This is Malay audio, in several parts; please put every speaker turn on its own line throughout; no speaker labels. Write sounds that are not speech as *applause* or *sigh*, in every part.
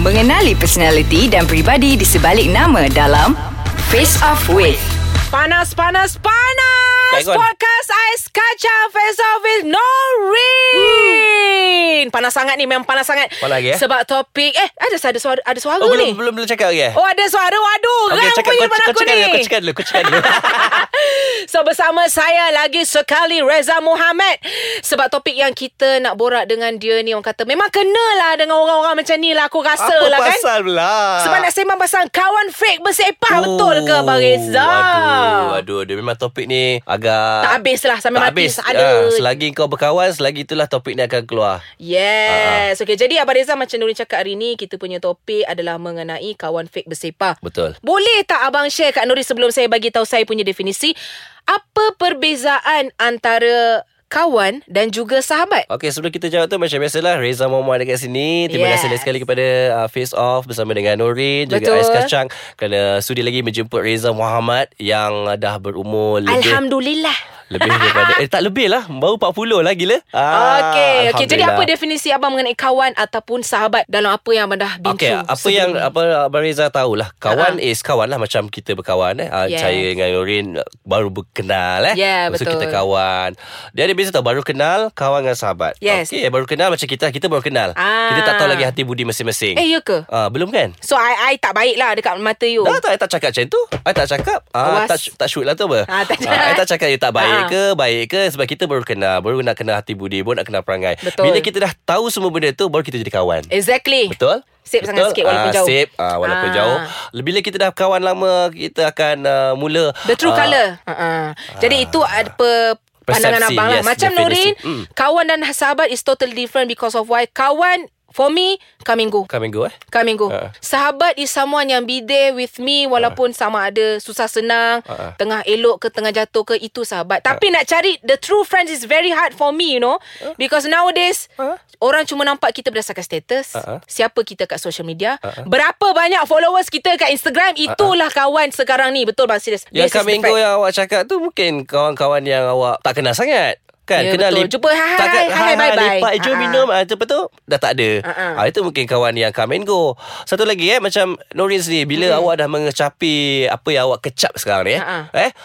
Mengenali personaliti dan pribadi di sebalik nama dalam Face Off With.
Panas, panas, panas!
Kak Ikon.
Podcast Ais Kacang Faisal with Norin! Panas sangat ni, memang panas sangat.
Panas lagi, eh?
Sebab topik... Eh, ada ada suara, ada suara
Oh,
ni?
belum, belum belum cakap lagi eh?
Oh, ada suara. Waduh,
Okey,
geram
cakap
punya pada
kau, kau
aku
cakap
ni.
dulu, kau cakap dulu, kau cakap
*laughs*
dulu.
so, bersama saya lagi sekali Reza Muhammad. Sebab topik yang kita nak borak dengan dia ni, orang kata, memang kenalah dengan orang-orang macam ni lah. Aku rasa
Apa
lah kan.
pasal pula?
Sebab nak sembang pasal kawan fake bersepah oh, betul ke Abang Reza?
Aduh, aduh, aduh. Memang topik ni agak...
Tak habis lah sampai
tak
mati.
habis.
Ada.
Ah, selagi kau berkawan, selagi itulah topik ni akan keluar. Ah,
Yes. Okey, jadi Abang Reza macam Nurin cakap hari ni, kita punya topik adalah mengenai kawan fake bersepah.
Betul.
Boleh tak Abang share kat Nurin sebelum saya bagi tahu saya punya definisi? Apa perbezaan antara kawan dan juga sahabat?
Okey, sebelum kita jawab tu macam biasalah Reza Muhammad dekat sini. Terima
Yes.
yes. kasih lagi sekali kepada uh, Face Off bersama dengan Norin juga
Betul.
Ais Kacang kerana sudi lagi menjemput Reza Muhammad yang uh, dah berumur lebih
Alhamdulillah.
lebih daripada eh tak lebih lah baru 40 lagi lah. Ah,
Okey, okey. Jadi apa
Alhamdulillah.
definisi abang mengenai kawan ataupun sahabat dalam apa yang abang dah been
Okey,
through
apa
sebelum
yang
ni?
apa Abang Reza tahulah. Kawan is kawan lah macam kita berkawan eh. Ah,
Yeah.
Saya dengan Norin uh, baru berkenal eh.
Yeah,
Lepas tu
betul.
kita kawan. Dia ada beza tau baru kenal kawan dengan sahabat.
Yes.
Okey, baru kenal macam kita kita baru kenal.
Ah.
Kita tak tahu lagi hati budi masing-masing.
Eh, ya ke?
Ah, belum kan?
So, I, I tak baik lah dekat mata you.
Dah tak, I tak cakap macam tu I tak cakap ah,
Awas.
tak, tak shoot lah tu apa
Oh, Ah, tak
Ah, I tak cakap you tak
Ah.
baik ke Baik ke Sebab kita baru kenal Baru nak kenal hati budi Baru nak kenal perangai
Betul.
Bila kita dah tahu semua benda tu Baru kita jadi kawan
Exactly.
Betul?
Sip
Betul?
sangat sikit walaupun
Ah,
jauh.
Sip ah, walaupun
Ah.
jauh Bila kita dah kawan lama Kita akan uh, mula
The true
ah,
colour uh-uh. Jadi itu apa pandangan
Persepsi,
abang lah
yes,
Macam Nurin
definisi.
mm.
Mm.
Kawan dan sahabat is totally different Because of why Kawan For me Come and go
Come and go eh
Come and go uh.
Ah.
Sahabat is someone yang be there with me Walaupun uh. sama ada susah senang uh.
Ah.
Tengah elok ke tengah jatuh ke Itu sahabat Tapi nak cari The true friends is very hard for me you know uh. Because nowadays uh.
Ah.
Orang cuma nampak kita berdasarkan status
Ah, ah.
Siapa kita kat social media uh. Berapa banyak followers kita kat Instagram
Ah,
Itulah kawan sekarang ni Betul bang serius This is
Yang come
the
and go
fact.
yang awak cakap tu Mungkin kawan-kawan yang awak tak kenal sangat Kan
Ya,
kenal
betul. Jumpa, hai, hai,
takkan,
hai, hai, bye, bye.
lepak, eh,
Ah,
Jom
ah.
minum ah, Lepas tu Dah tak ada
Ah, ah.
Ah, Itu mungkin kawan yang come and go Satu lagi eh Macam Norin sendiri Bila awak dah mengecapi Apa yang awak kecap sekarang ni eh,
Hmm. Ah,
eh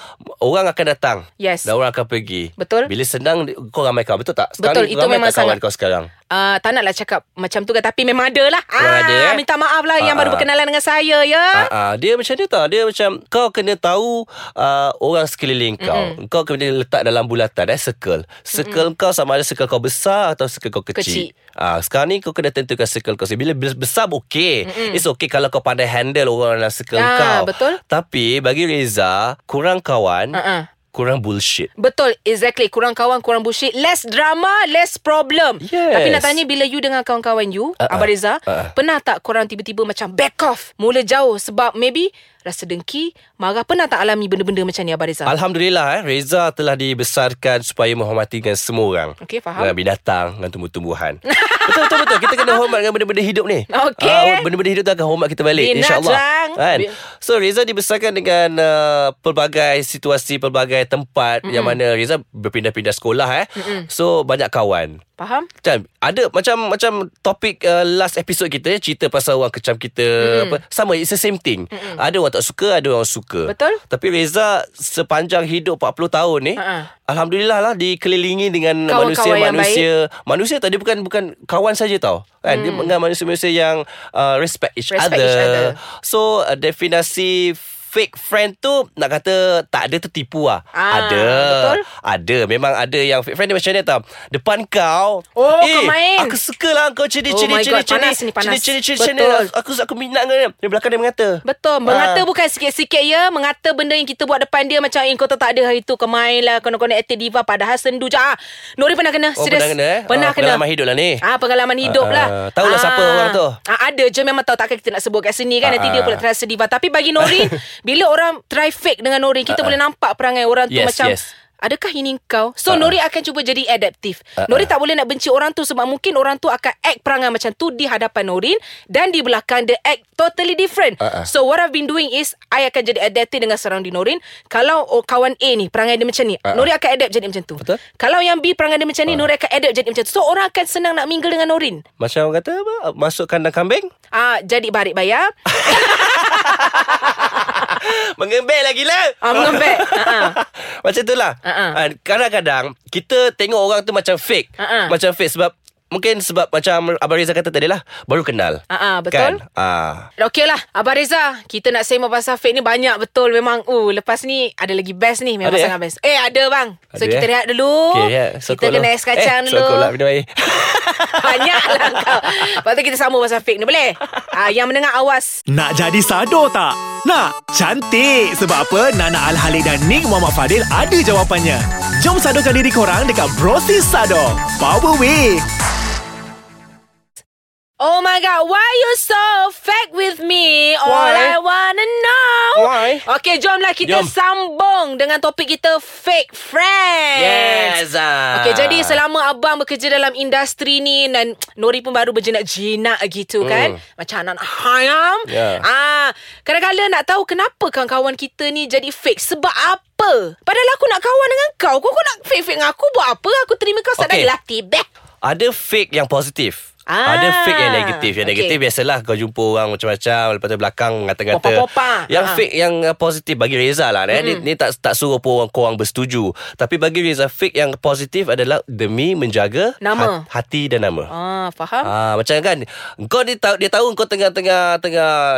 Orang akan datang
Yes.
Dan orang akan pergi
Betul.
Bila senang Kau ramai kawan Betul tak? Sekarang
Betul,
ni
itu
ramai
memang
tak kawan
sangat.
kau sekarang
Uh, tak naklah cakap macam tu kan Tapi memang ada lah
Memang ada, eh?
Minta maaf lah Yang
Ah,
baru
ah.
berkenalan dengan saya ya
Ah, ah, dia macam ni tau Dia macam Kau kena tahu uh, Orang sekeliling kau mm-hmm. Kau kena letak dalam bulatan eh, Circle Circle mm-hmm. kau sama ada circle kau besar Atau circle kau
Kecil.
kecil, Ah, Sekarang ni kau kena tentukan circle kau sendiri. Bila bes- besar okey mm-hmm. It's okay kalau kau pandai handle Orang dalam circle
Ah,
kau
betul.
Tapi bagi Reza Kurang kawan
Ah, ah.
Kurang bullshit
Betul, exactly. Kurang kawan, kurang bullshit. Less drama, less problem.
Yes.
Tapi nak tanya, bila you dengan kawan-kawan you, uh-uh.
Uh-uh.
Abang Reza, uh-uh.
Uh-uh.
pernah tak korang tiba-tiba macam back off? Mula jauh sebab maybe rasa dengki, marah. Pernah tak alami benda-benda macam ni, Abang Reza?
Alhamdulillah eh, Reza telah dibesarkan supaya menghormati dengan semua orang.
Okey, faham.
Dengan binatang, dengan tumbuh-tumbuhan. *laughs* betul betul betul. Kita kena hormat dengan benda-benda hidup ni.
Okey.
Ah, benda-benda hidup tu akan hormat kita balik insya-Allah.
Binatang.
Kan?
Bi-
So Reza dibesarkan dengan uh, pelbagai situasi, pelbagai tempat mm yang mana Reza berpindah-pindah sekolah eh. Mm-mm. So banyak kawan.
Faham?
Macam Kan? ada macam macam topik uh, last episode kita eh, cerita pasal orang kecam kita
Hmm.
mm. apa sama it's the same thing. Mm-mm. Ada orang tak suka, ada orang suka.
Betul.
Tapi Reza sepanjang hidup 40 tahun ni
Ha-ha.
alhamdulillah lah dikelilingi dengan
Kawan-kawan yang
manusia-manusia manusia tadi bukan bukan kawan saja tau. Kan dia dengan manusia-manusia yang uh, respect each
Hmm. Respect
other.
each other.
So uh, definisi fake friend tu nak kata tak ada tertipu lah.
Ah,
ada.
betul.
Ada. Memang ada yang fake friend dia macam ni tau. Depan kau.
Oh,
eh,
kau main."
Aku suka lah kau ciri
Oh
ciri
my
ciri
God,
ciri.
panas ni, panas.
Ciri ciri
Betul.
ciri. Aku aku minat kau ni. Di belakang dia mengata.
Betul. Mengata
Ah.
bukan sikit-sikit ya. Mengata benda yang kita buat depan dia macam eh kau tahu tak ada hari tu kemain lah. Kena-kena aktif diva padahal sendu je. Ah, Nori pernah kena.
Oh,
serius.
pernah kena eh?
Pernah
Ah,
kena.
pengalaman hidup lah ni.
Ah, pengalaman hidup
Ah,
lah.
ah. Tahu lah siapa orang tu.
Ah, ada je memang tahu takkan kita nak sebut kat sini kan.
Ah,
Nanti dia
ah.
pula terasa
*laughs*
diva. Tapi bagi Norin, bila orang try fake dengan Norin, kita boleh nampak perangai orang tu
Ah, Yes,
macam...
yes.
Adakah ini kau? So uh-uh. Nori akan cuba jadi adaptif.
Ah,
Uh-uh. Nori tak boleh nak benci orang tu sebab mungkin orang tu akan act perangai macam tu di hadapan Norin dan di belakang dia act totally different.
Ah, ah.
So what I've been doing is I akan jadi adaptif dengan surrounding Norin. Kalau oh, kawan A ni perangai dia macam ni,
Ah, ah.
Nori akan adapt jadi macam tu.
Betul. Ah.
Kalau yang B perangai dia macam ni, Nori akan adapt jadi macam tu. So orang akan senang nak mingle dengan Norin.
Macam orang kata apa? Masuk kandang kambing *gasps*
Ah jadi barik
*laughs*
bayar.
Mengembek lagi lah
Ah
*laughs*
mengembek. Ha-ha.
Macam itulah
Ha-ha.
Ah, Kadang-kadang Kita tengok orang tu macam fake
Ha-ha.
Macam fake sebab Mungkin sebab macam Abang Reza kata tadi lah Baru kenal
Ha-ha, ah, betul.
Kan Ah,
Okey lah Abang Reza Kita nak sembang pasal fake ni Banyak betul memang uh, Lepas ni Ada lagi best ni Memang
Ada, eh?
sangat best Eh ada bang So
Ada,
kita
eh?
rehat dulu
Okay, yeah.
Oh, Kita
Sokok
kena
lah.
es kacang
eh,
dulu
Sokok
*laughs*
lah minum air *laughs*
Banyak lah kau Lepas tu kita sambung pasal fake ni
*laughs*
Boleh? Ah, yang mendengar awas
Nak jadi sado tak? Nak? Cantik! Sebab apa Nana Al-Halik dan Nick Muhammad Fadil ada jawapannya. Jom sadokan diri korang dekat Brosis Sado. Power Way!
Oh my god Why you so fake with me All I
Why?
wanna know
Why?
Okay jomlah kita
Jom.
sambung Dengan topik kita Fake friends
Yes ah.
Okay, jadi selama abang bekerja dalam industri ni dan Nori pun baru berjinak-jinak gitu hmm. kan. Macam anak hayam.
Ya.
Ah, kadang-kadang nak tahu kenapa kawan-kawan kita ni jadi fake. Sebab apa? Padahal aku nak kawan dengan kau. Kau kau nak fake-fake dengan aku buat apa? Aku terima kau sadar okay.
Okay.
lah tibet.
Ada fake yang positif
Ah.
Ada fake yang negatif Yang
Okay.
negatif biasalah Kau jumpa orang macam-macam Lepas tu belakang Ngata-ngata
Popak-popak.
Yang
Ah.
fake yang uh, positif Bagi Reza lah eh. ni, ni tak tak suruh pun orang Korang bersetuju Tapi bagi Reza Fake yang positif adalah Demi menjaga
Nama.
hat- Hati dan nama
Ah, faham?
Ah macam kan kau dia tahu dia tahu kau tengah-tengah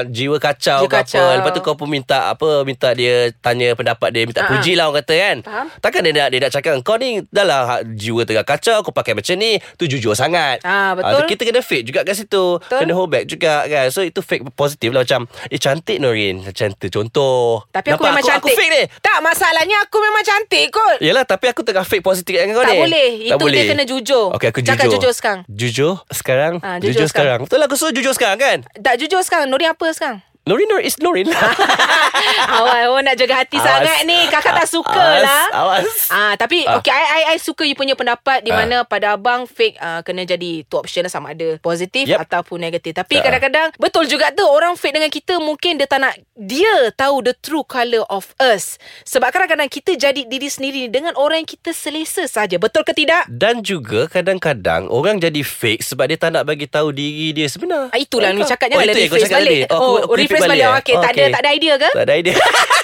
tengah jiwa kacau
Jiwa
ke
kacau.
apa lepas tu kau pun minta apa minta dia tanya pendapat dia minta
Ah, ah.
puji lah orang kata kan
Faham.
takkan dia nak dia nak cakap kau ni dah lah ha- jiwa tengah kacau kau pakai macam ni tu jujur sangat
Ah, betul.
tu kita kena fake juga kat situ
Betul.
kena hold back juga kan so itu fake positif lah macam eh cantik Norin cantik contoh
Tapi aku
Nampak
memang
aku,
cantik.
aku fake ni
Tak, masalahnya aku memang cantik kot.
Yelah tapi aku tengah fake positif dengan kau
Tak
ni
boleh. Itu dia kena jujur.
Okay aku
Cakap
jujur
jujur sekarang.
Jujur sekarang
Ah,
jujur,
jujur
sekarang. Betul lah aku suruh jujur sekarang kan
Tak jujur sekarang, Nori apa sekarang?
*laughs* Norin Norin is Norin lah
Awak awak nak jaga hati
Awas.
sangat ni. Kakak tak suka
Awas,
lah.
awas.
Ah, tapi
Ah.
ah. okay, I, I I suka you punya pendapat di
Ah.
mana pada abang fake ah, kena jadi two option lah sama ada positif
Yep.
yep. ataupun negatif. Tapi
Ah.
kadang-kadang betul juga tu orang fake dengan kita mungkin dia tak nak dia tahu the true colour of us. Sebab kadang-kadang kita jadi diri sendiri dengan orang yang kita selesa saja. Betul ke tidak?
*laughs* Dan juga kadang-kadang orang jadi fake sebab dia tak nak bagi tahu diri dia sebenar.
Ah, itulah Nuri cakap
oh,
janganlah
itu yang kau
rephrase
cakap
balik.
tadi.
Oh, oh, rephrase balik. Okey, tak ada-
Okey.
tak ada idea ke?
eh. Tak ada idea. *laughs*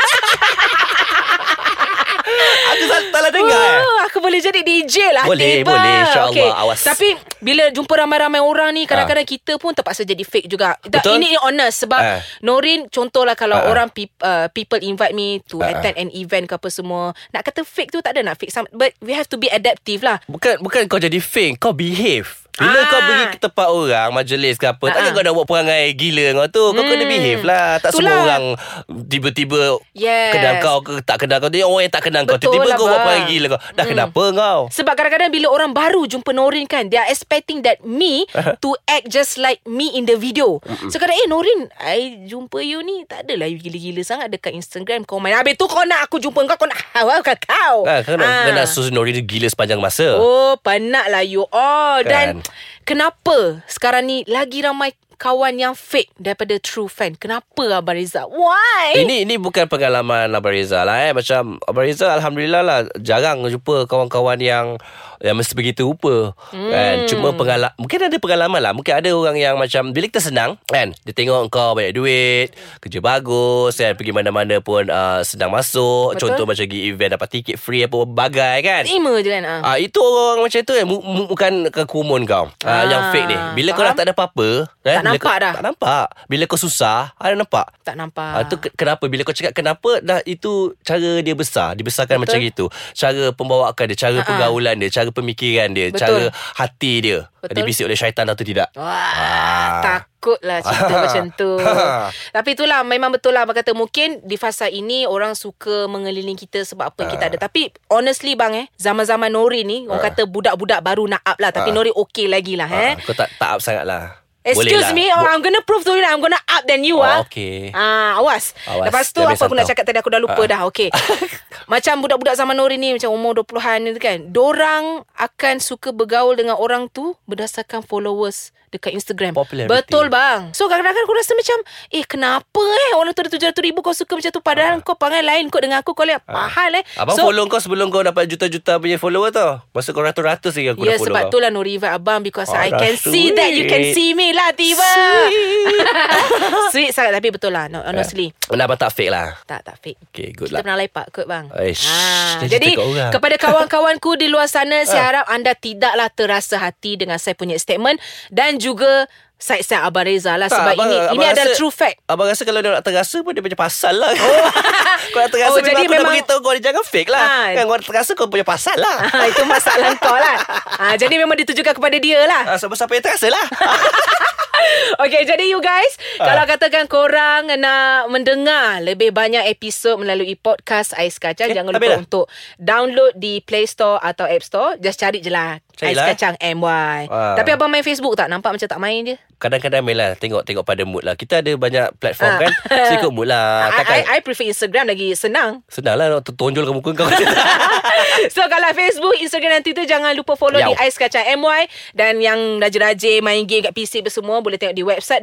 Aku sal- salah dengar. eh?
Oh, aku boleh jadi DJ lah
Boleh,
tiba.
boleh. InsyaAllah.
Okey.
Awas. Ah.
Tapi bila jumpa ramai-ramai orang ni Kadang-kadang kita pun terpaksa jadi fake juga Tak,
Betul.
Ini honest Sebab
Ah.
Norin contohlah Kalau
Ah.
orang pe- uh, people invite me To
Ah.
attend an event ke apa semua Nak kata fake tu tak ada nak fake some, But we have to be adaptive lah
Bukan bukan kau jadi fake, kau behave. Bila
Ah.
kau pergi ke tempat orang, majlis ke apa,
Ah, ah.
takkan kau dah buat perangai gila dengan orang tu. Kau kena behave lah. Tak semua
Itulah.
orang tiba-tiba
Yes.
kenal kau ke tak kenal kau. Dia orang yang tak kenal kau.
Betul
Tiba-tiba
lah,
kau buat
bang. Hmm.
perangai gila kau. Dah kenapa kau?
Sebab kadang-kadang bila orang baru jumpa Norin kan, they are expecting that
*laughs*
me to act just like me in the video. So kadang eh Norin, I jumpa you ni tak adalah you gila-gila sangat dekat Instagram kau main. Habis tu kau nak aku jumpa kau, kau nak *laughs* awal ke kau.
Ah, kau nak,
Ah.
kau nak susun Nori dia gila sepanjang masa.
Oh, penat lah you all.
Kan.
Dan kenapa sekarang ni lagi ramai kawan yang fake daripada true fan? Kenapa Abang Rizal? Why?
Ini ini bukan pengalaman Abang Reza lah eh Macam Abang Reza Alhamdulillah lah Jarang jumpa kawan-kawan yang Yang mesti begitu rupa hmm. kan? Cuma pengalaman Mungkin ada pengalaman lah Mungkin ada orang yang macam Bila kita senang kan Dia tengok kau banyak duit Kerja bagus kan Pergi mana-mana pun uh, Senang masuk
Betul.
Contoh macam pergi event Dapat tiket free apa bagai kan
Terima je kan. Ah.
Ah itu orang macam tu eh mu- mu- bukan kekumun kau. Ah,
Ah,
yang fake ni. Bila kau
faham?
dah tak ada apa-apa,
Tak
eh, bila
nampak
kau,
dah.
Tak nampak. Bila kau susah, ada nampak.
Tak nampak.
Ah, tu ke- kenapa bila kau cakap kenapa dah itu cara dia besar, dibesarkan Betul. macam itu. Cara pembawaan dia, cara
Ha-ha.
pergaulan dia, cara pemikiran
Ah,
dia,
Betul.
cara hati dia.
Betul. Oh,
Dibisik oleh syaitan atau tidak. Ah.
Wah, takutlah
*laughs*
cerita macam tu. Tapi itulah memang betul lah abang kata mungkin di fasa ini orang suka mengelilingi kita sebab apa
Ah.
kita ada. Tapi honestly bang eh, zaman-zaman Nori ni orang kata budak-budak baru nak up lah tapi Nori okey lagi lah eh.
Ah, kau tak tak up sangat lah.
Excuse
Ah. Boleh
me
lah.
or I'm gonna prove to you that I'm gonna up than you
Oh,
ah.
okay.
Ah, awas.
Awas,
Lepas tu
jangan
apa aku
sampai
nak
tahu.
cakap tadi aku dah lupa
Ah.
dah.
*laughs*
Okay. macam budak-budak zaman Nori ni macam umur 20-an ni kan. Dorang akan suka bergaul dengan orang tu berdasarkan followers dekat Instagram.
Popularity.
Betul bang. So kadang-kadang aku rasa macam eh kenapa eh orang tu ada 700 ribu kau suka macam tu padahal kau perangai lain kot dengan aku kau lihat mahal eh.
Ah. Abang so, follow kau sebelum kau dapat juta-juta punya follower tau. Masa kau ratus-ratus lagi aku
Ya
dah follow
sebab
kau.
tu lah Nuri invite abang Because I
Alah,
can see that You can
sweet.
see me lah tiba *laughs* Sweet sangat Tapi betul lah no, Honestly
Nah, Eh, abang tak fake lah.
Tak tak fake
Okay, good
Kita
lah.
pernah lepak kot bang Ah.
Aish, dah cerita
Jadi
kat orang. Ah.
kepada kawan-kawanku di luar sana Saya harap anda tidaklah terasa hati Dengan saya punya statement Dan juga Side-side Abang Reza lah
Tak,
Sebab ini ini adalah true fact
Abang rasa kalau dia nak terasa pun dia punya pasal lah. *laughs* kau nak terasa
Oh,
oh, memang
jadi
aku dah
memang-
beritahu kau dia jangan fake lah.
Ah.
Kan kau nak terasa kau punya pasal
*laughs*
lah.
ha, Itu masalah kau lah ha, Jadi memang ditujukan kepada dia lah
Ah, sebab siapa yang terasa lah.
Okay, jadi you guys,
Ah.
kalau katakan korang nak mendengar lebih banyak episod melalui podcast Ais Kacang,
Eh,
jangan
habis
lupa
dah?
untuk download di Play Store atau App Store. Just cari je lah.
Cari
Ais
lah, eh.
Kacang MY.
Ah.
Tapi abang main Facebook tak? Nampak macam tak main je.
*laughs* Kadang-kadang main lah. Tengok-tengok pada mood lah. Kita ada banyak platform
Ah. *laughs*
kan. So ikut mood lah. Takkan
I, I, I prefer Instagram lagi senang. *laughs*
senang lah nak tonjol ke muka kau.
so kalau Facebook, Instagram dan Twitter jangan lupa follow di
Yau.
Ais Kacang MY dan yang rajin-rajin main game kat PC apa semua boleh tengok di website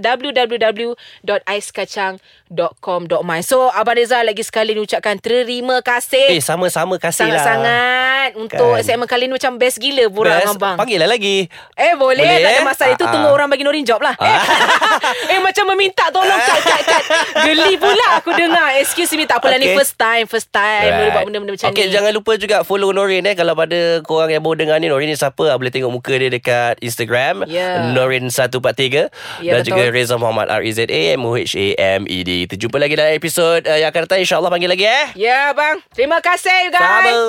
www.aiskacang.com.my. So Abang Reza lagi sekali ni ucapkan terima
eh,
kasih.
sama-sama kasih lah.
Sangat-sangat Untuk
Kan.
segmen kali ni Macam best gila Borak dengan
Best.
abang
Panggil lah lagi.
Eh boleh,
Boleh,
Tak ada
eh?
masalah Itu
Ah,
tunggu
ah.
orang bagi Norin job lah eh. *laughs* eh macam meminta tolong Kat kat kat Geli pula aku dengar Excuse me Tak apalah ni
Okay.
first time First time Eh, Boleh buat benda-benda macam
okay,
ni
Okay jangan lupa juga Follow Norin eh Kalau pada korang yang baru dengar ni Norin ni siapa ah, Boleh tengok muka dia dekat Instagram
Ya.
Norin143
Ya, betul.
Dan juga Reza Muhammad E R-E-Z-A-M-O-H-A-M-E-D Kita jumpa lagi dalam episod uh, Yang akan datang InsyaAllah panggil lagi eh
Ya bang Terima kasih you guys
Sama